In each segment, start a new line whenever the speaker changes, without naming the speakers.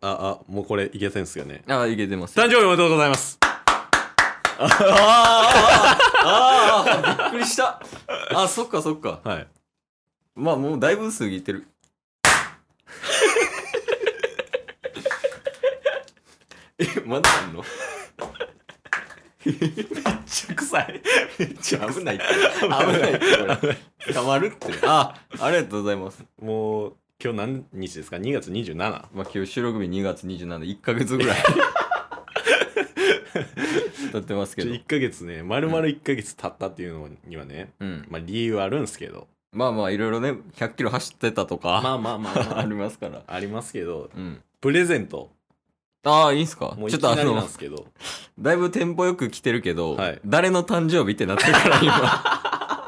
あ、あ、もうこれいけてんすよね。
ああ、いけてます。
誕生日おめでとうございます。
あーあー、びっくりした。あ、そっかそっか。
はい。
まあもうだいぶ過ぎてる。 え、まだあんの
めっちゃ臭い。めっちゃ
危ないって。危ないってこれ。捕まるって。あ、ありがとうございます。
もう、今日何日ですか ?2 月 27?
まあ今日収録日2月27日、1ヶ月 ぐらい。経ってますけ
ちょ
ど。
1ヶ月ね、丸々1ヶ月経ったっていうのにはね、
うん。
まあ理由あるんすけど。
まあまあいろいろね、100キロ走ってたとか、
まあまあまあまあ
ありますから。
ありますけど、
うん。
プレゼント。
ああ、いいんすか
もうい
ちょ
き
っとあ
なりなん
の
で、すけど。
だいぶテンポよく来てるけど、
はい
誰の誕生日ってなってるから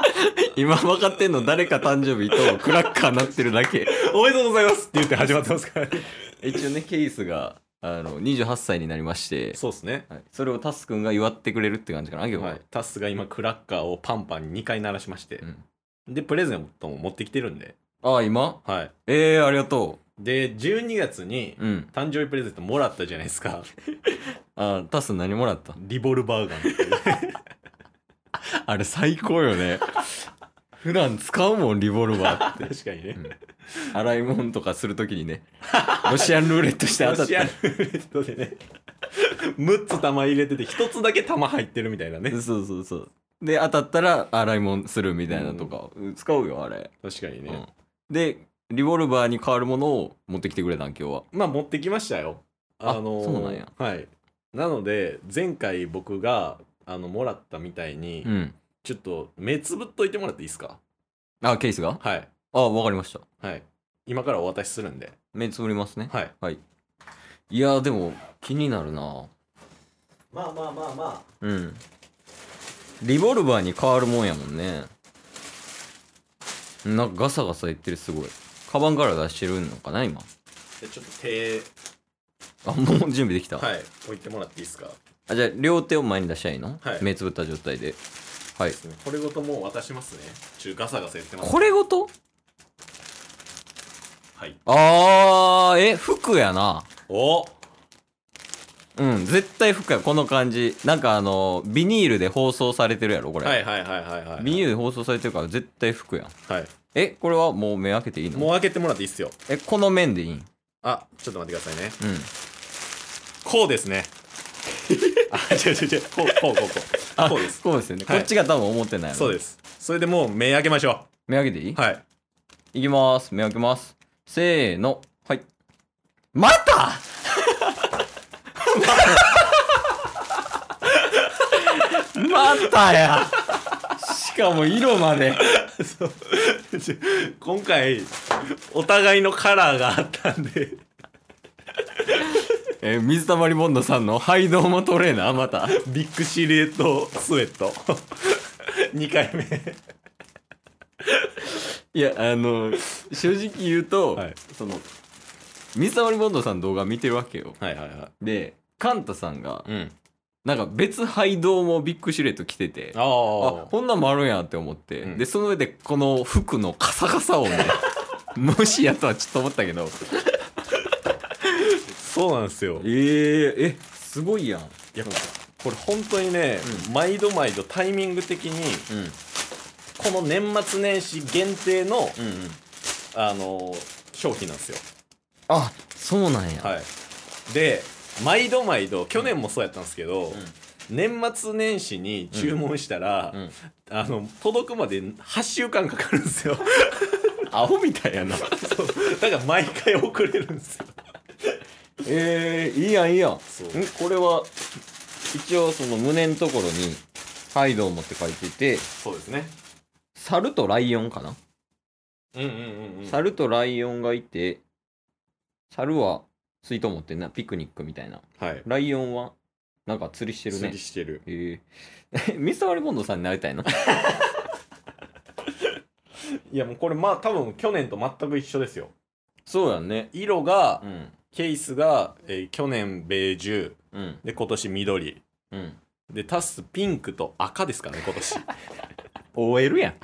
今今分かってんの誰か誕生日とクラッカーなってるだけ
おめでとうございますって言って始まってますからね。
一応ねケイスがあの28歳になりまして
そうですね。
そ,、はい、それをタスくんが祝ってくれるって感じかな今日は、
はい、タスが今クラッカーをパンパンに2回鳴らしまして
う、ん
でプレゼントも持ってきてるんで、
ああ今
はい、
えー、ありがと
で12月に
ううん
誕生日プレゼントもらったじゃないです か
あータス何もらった
リボルバーガンっていう
あれ最高よ ね普段使うもんリボルバーって
確かにね
ん洗い物とかするときにねロシアンルーレットして当たっ
ロシアン
た
ルーレットでね6つ玉入れてて1つだけ玉入ってるみたいなね
そうそうそうで当たったら洗い物するみたいなとか、使うよあれ、
確かにね、
うんでリボルバーに変わるものを持ってきてくれたん今日は
まあ持ってきましたよ
あ
ー
そうなんや
はいなので前回僕があのもらったみたいに、
うん
ちょっと目つぶっといてもらっていいですか
あケースが
はい
あわかりました
はい今からお渡しするんで
目つぶりますね、
はい
い、やーでも気になるな
まあまあまあまあ
うんリボルバーに変わるもんやもんねなんかガサガサ言ってるすごいカバンから出してるのかな今
でちょっと手
あもう準備できた、
はい置いてもらっていいですか
あじゃあ両手を前に出したらいいの、
はい
目つぶった状態ではい
これごともう渡しますねちょガサガサ言ってます
これごと
はい
あー、え、服やな。
お
うん、絶対服や。この感じ。なんかあの、ビニールで放送されてるやろ、これ。
はいはいはいはいはい
ビニールで放送されてるから絶対服やん。
はい
え、これはもう目開けていいの
もう開けてもらっていいっすよ
え、この面でいいんうん。
あちょっと待ってくださいねこうですね あ違う違う違うこうこうこうこうこうです
そうですよね。
はい
こっちが多分思ってない。
そうですすそれでもう目開けましょ
目開けていい、
うはい
い、きます。目開けます。せーの。はい。またまたやしかも色まで。
今回お互いのカラーがあったんで
えー水溜りボンドさんのハイドーマトレーナーまた
ビッグシルエットスウェット2回目
いやあの正直言うと、
はい
その水溜りボンドさんの動画見てるわけよ
はいはいは
でカンタさんが
いうん
なんか別ハイドーもビッグシルエット着てて
あ
あ
あ
こんなんもあるんやって思って、
うん
でその上でこの服のカサカサ をねもしやとはちょっと思ったけど
そうなんですよ
えー、えすごいやん
いやこれ本当にね、毎度毎度タイミング的に
うん
この年末年始限定の、
うんうん
あのー商品なんですよ
あそうなんや、
はいで毎度毎度去年もそうやったんですけど、年末年始に注文したら、
うんうん
あの届くまで8週間かかるんです よ
アホみたいやな
そうだから毎回遅れるんですよ
えー、いいやんいいやんん
そう
これは一応その胸のところに「ハイドーモ」って書いてて
そうですね
猿とライオンかな、
うんうんうんうん
猿とライオンがいて猿は水筒持ってんなピクニックみたいな
はい
ライオンはなんか釣りしてる
釣
ね
りしてる
えー、 ミスター・ワリボンドさんになりたいの
いやもうこれまあ多分去年と全く一緒ですよ
そうやんね
色が、
うん
ケースが、えー去年ベージュ
うん
で今年緑
うん
でタスピンクと赤ですからね今 年
OL やん、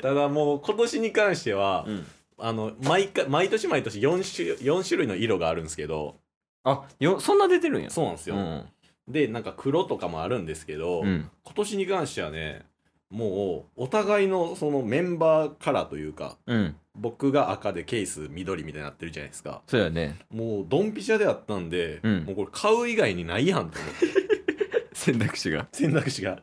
ただもう今年に関しては、
ん、
あの毎回毎年毎年 4, 種四種類の色があるんですけど
あよそんな出てるんや
そうなんですよ、
うん
でなんか黒とかもあるんですけど、
うん
今年に関してはねもうお互いのそのメンバーカラーというか
うん
僕が赤でケース緑みたいになってるじゃないですか
そうやね
もうドンピシャであったんで、
うん
もうこれ買う以外にないやんと思って
選択肢が
選択肢が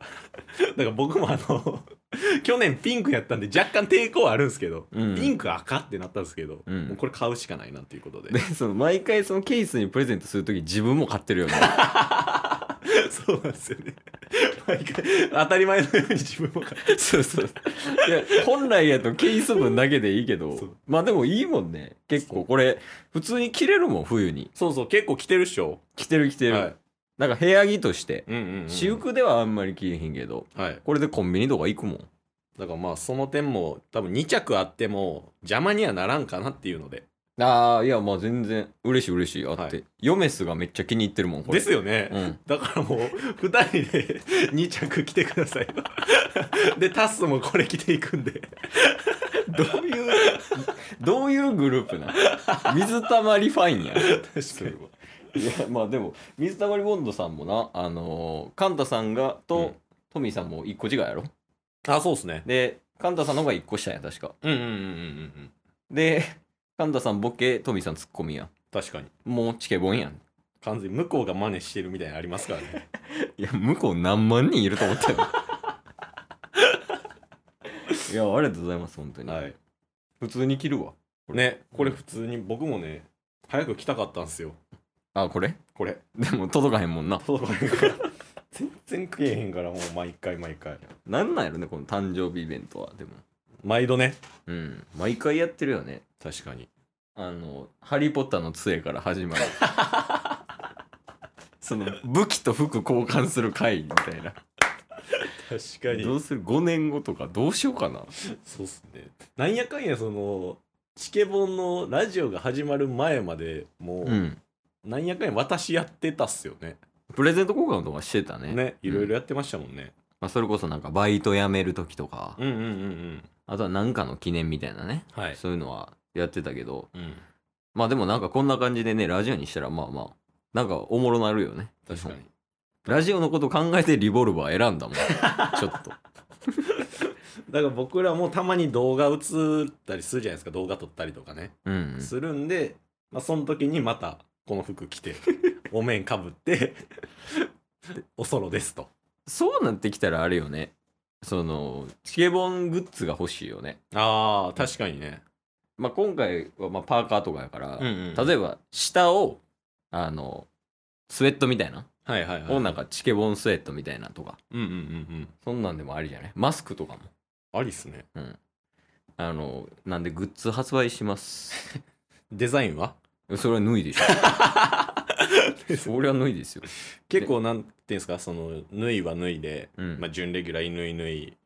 だから僕もあの 去年ピンクやったんで若干抵抗はあるんですけど、
うん
ピンク赤ってなったんですけど、
うん
もうこれ買うしかないなっていうことで
でその毎回そのケースにプレゼントするとき自分も買ってるよね
そうなんですよね毎回当たり前のように自分も買って
そうそういや本来やとケース分だけでいいけど
そう
まあでもいいもんね結構これ普通に着れるもん冬に
そうそう結構着てるっしょ
着てる着てる、
はい
なんか部屋着として
うんうん、うん、
私服ではあんまり着れへんけど
はい
これでコンビニとか行くもん
だからまあその点も多分2着あっても邪魔にはならんかなっていうので
ああいやまあ全然嬉しい嬉しいあって、
はい
ヨメスがめっちゃ気に入ってるもんこれ
ですよね、
うん
だからもう2人で 2着着てくださいでタッスもこれ着ていくんで
どういうどういうグループ なの水たまりファインや
確かに
いやまあでも水たまりボンドさんもなあのーカンタさんがと、
うん
トミーさんも一個違いやろ
あそうっすね
でカンタさんの方が一個下や確か
うんうんうんうんうん
でカンタさんボケトミーさんツッコミやん
確かに
もうチケボンやん
完全に向こうが真似してるみたいなのありますからね
いや向こう何万人いると思ったよいやありがとうございます本当に、
はい
普通に着るわ
ねこれ普通に僕もね早く着たかったんですよ
あこれ
これ
でも届かへんもんな
届かへんから 全然食えへんからもう毎回毎回
なんなんやろねこの誕生日イベントはでも
毎度ね
うん毎回やってるよね
確かに
あの「ハリー・ポッターの杖」から 始まるその武器と服交換する会みたいな
確か
どうする5年後とかどうしようかな
そうっすねなんやかんやそのチケボンのラジオが始まる前までもう、
うん
なんやかんや私やってたっすよね
プレゼント交換とかしてたね
ねいろいろ
うん
やってましたもんね
まあ、それこそなんかバイト辞める時とか、
うんうんうんうん
あとは何かの記念みたいなね、
はい、
そういうのはやってたけど
うん、
まあでもなんかこんな感じでねラジオにしたらまあまあなんかおもろなるよね
確かに
ラジオのこと考えてリボルバー選 んだもんちょっと
だから僕らもたまに動画映ったりするじゃないですか動画撮ったりとかね、
うんうん
するんで、まあ、その時にまたこの服着て お面かぶって おそろですと
そうなってきたらあれよねそのチケボングッズが欲しいよね
あー確かにね
まあ今回はまあパーカーとかやから、
うんうん
例えば下をあのスウェットみたいな、
はいはいはい
をなんかチケボンスウェットみたいなとか
うんうんうんうん
そんなんでもありじゃないマスクとかも
ありっすね
あのなんでグッズ発売します
デザインは
それは脱いでしょそれは脱いですよ、
結構なんていうんですかその縫いは縫いで、
うん
まあ、準レギュラー縫い縫い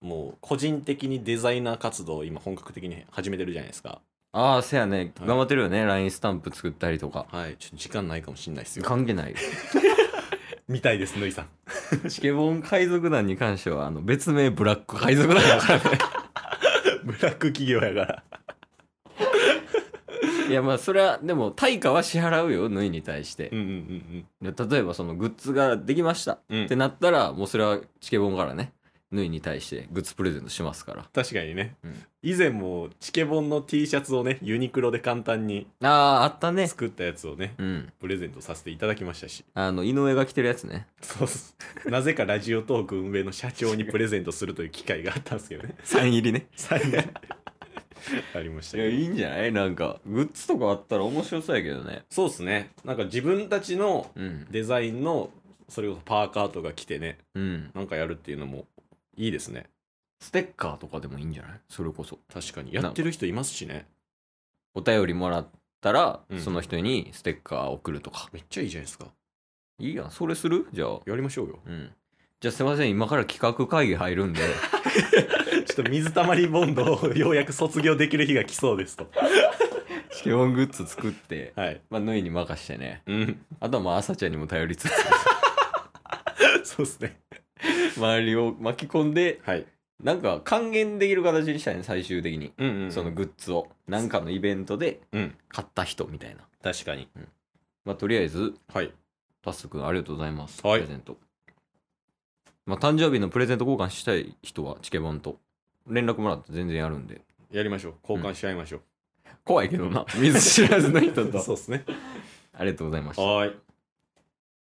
もう個人的にデザイナー活動を今本格的に始めてるじゃないですか
ああせやね
はい
頑張ってるよね、ラインスタンプ作ったりとか
はいちょっと時間ないかもしんないですよ
関係ないよ
みたいです縫いさん
チケボン海賊団に関してはあの別名ブラック海賊団だからね
ブラック企業やから
いやまあそれはでも対価は支払うよ縫いに対して
うん、うん
で例えばそのグッズができました
うんうん
ってなったらもうそれはチケボンからね縫いに対してグッズプレゼントしますから
確かにね、
うん
以前もチケボンの T シャツをねユニクロで簡単に
あああったね
作ったやつをね
うん
プレゼントさせていただきましたし
あの井上が着てるやつね
そうっすなぜかラジオトーク運営の社長にプレゼントするという機会があったんですけどね
サイン入りね
最後 ありまし
い
た
や
けど
いいんじゃないなんかグッズとかあったら面白そうやけどね
そうですねなんか自分たちの
うん
デザインのそれこそパーカーとか着てね
うん
なんかやるっていうのもいいですね
ステッカーとかでもいいんじゃないそれこそ
確かにやってる人いますしね
お便りもらったら、
うん
その人にステッカー送るとか
めっちゃいいじゃないですか
いいやんそれするじゃあ
やりましょうよ
うんじゃあすいません今から企画会議入るんで
ちょっと水たまりボンドを ようやく卒業できる日が来そうですと
チケボングッズ作って
はい
まあ縫いに任してね
うん
あとはまあ朝ちゃんにも頼りつつ
そうですね
周りを巻き込んで
はい
なんか還元できる形にしたいね最終的に、
うんうんうん
そのグッズをなんかのイベントで
うん
買った人みたいな
確かに
まあとりあえず
はい
タスくんありがとうございます、
はい
プレゼントまあ誕生日のプレゼント交換したい人はチケボンと連絡もらって全然やるんで
やりましょう交換し合いましょう、
怖いけどな水知らずの人と
そうですね
ありがとうございました
はーい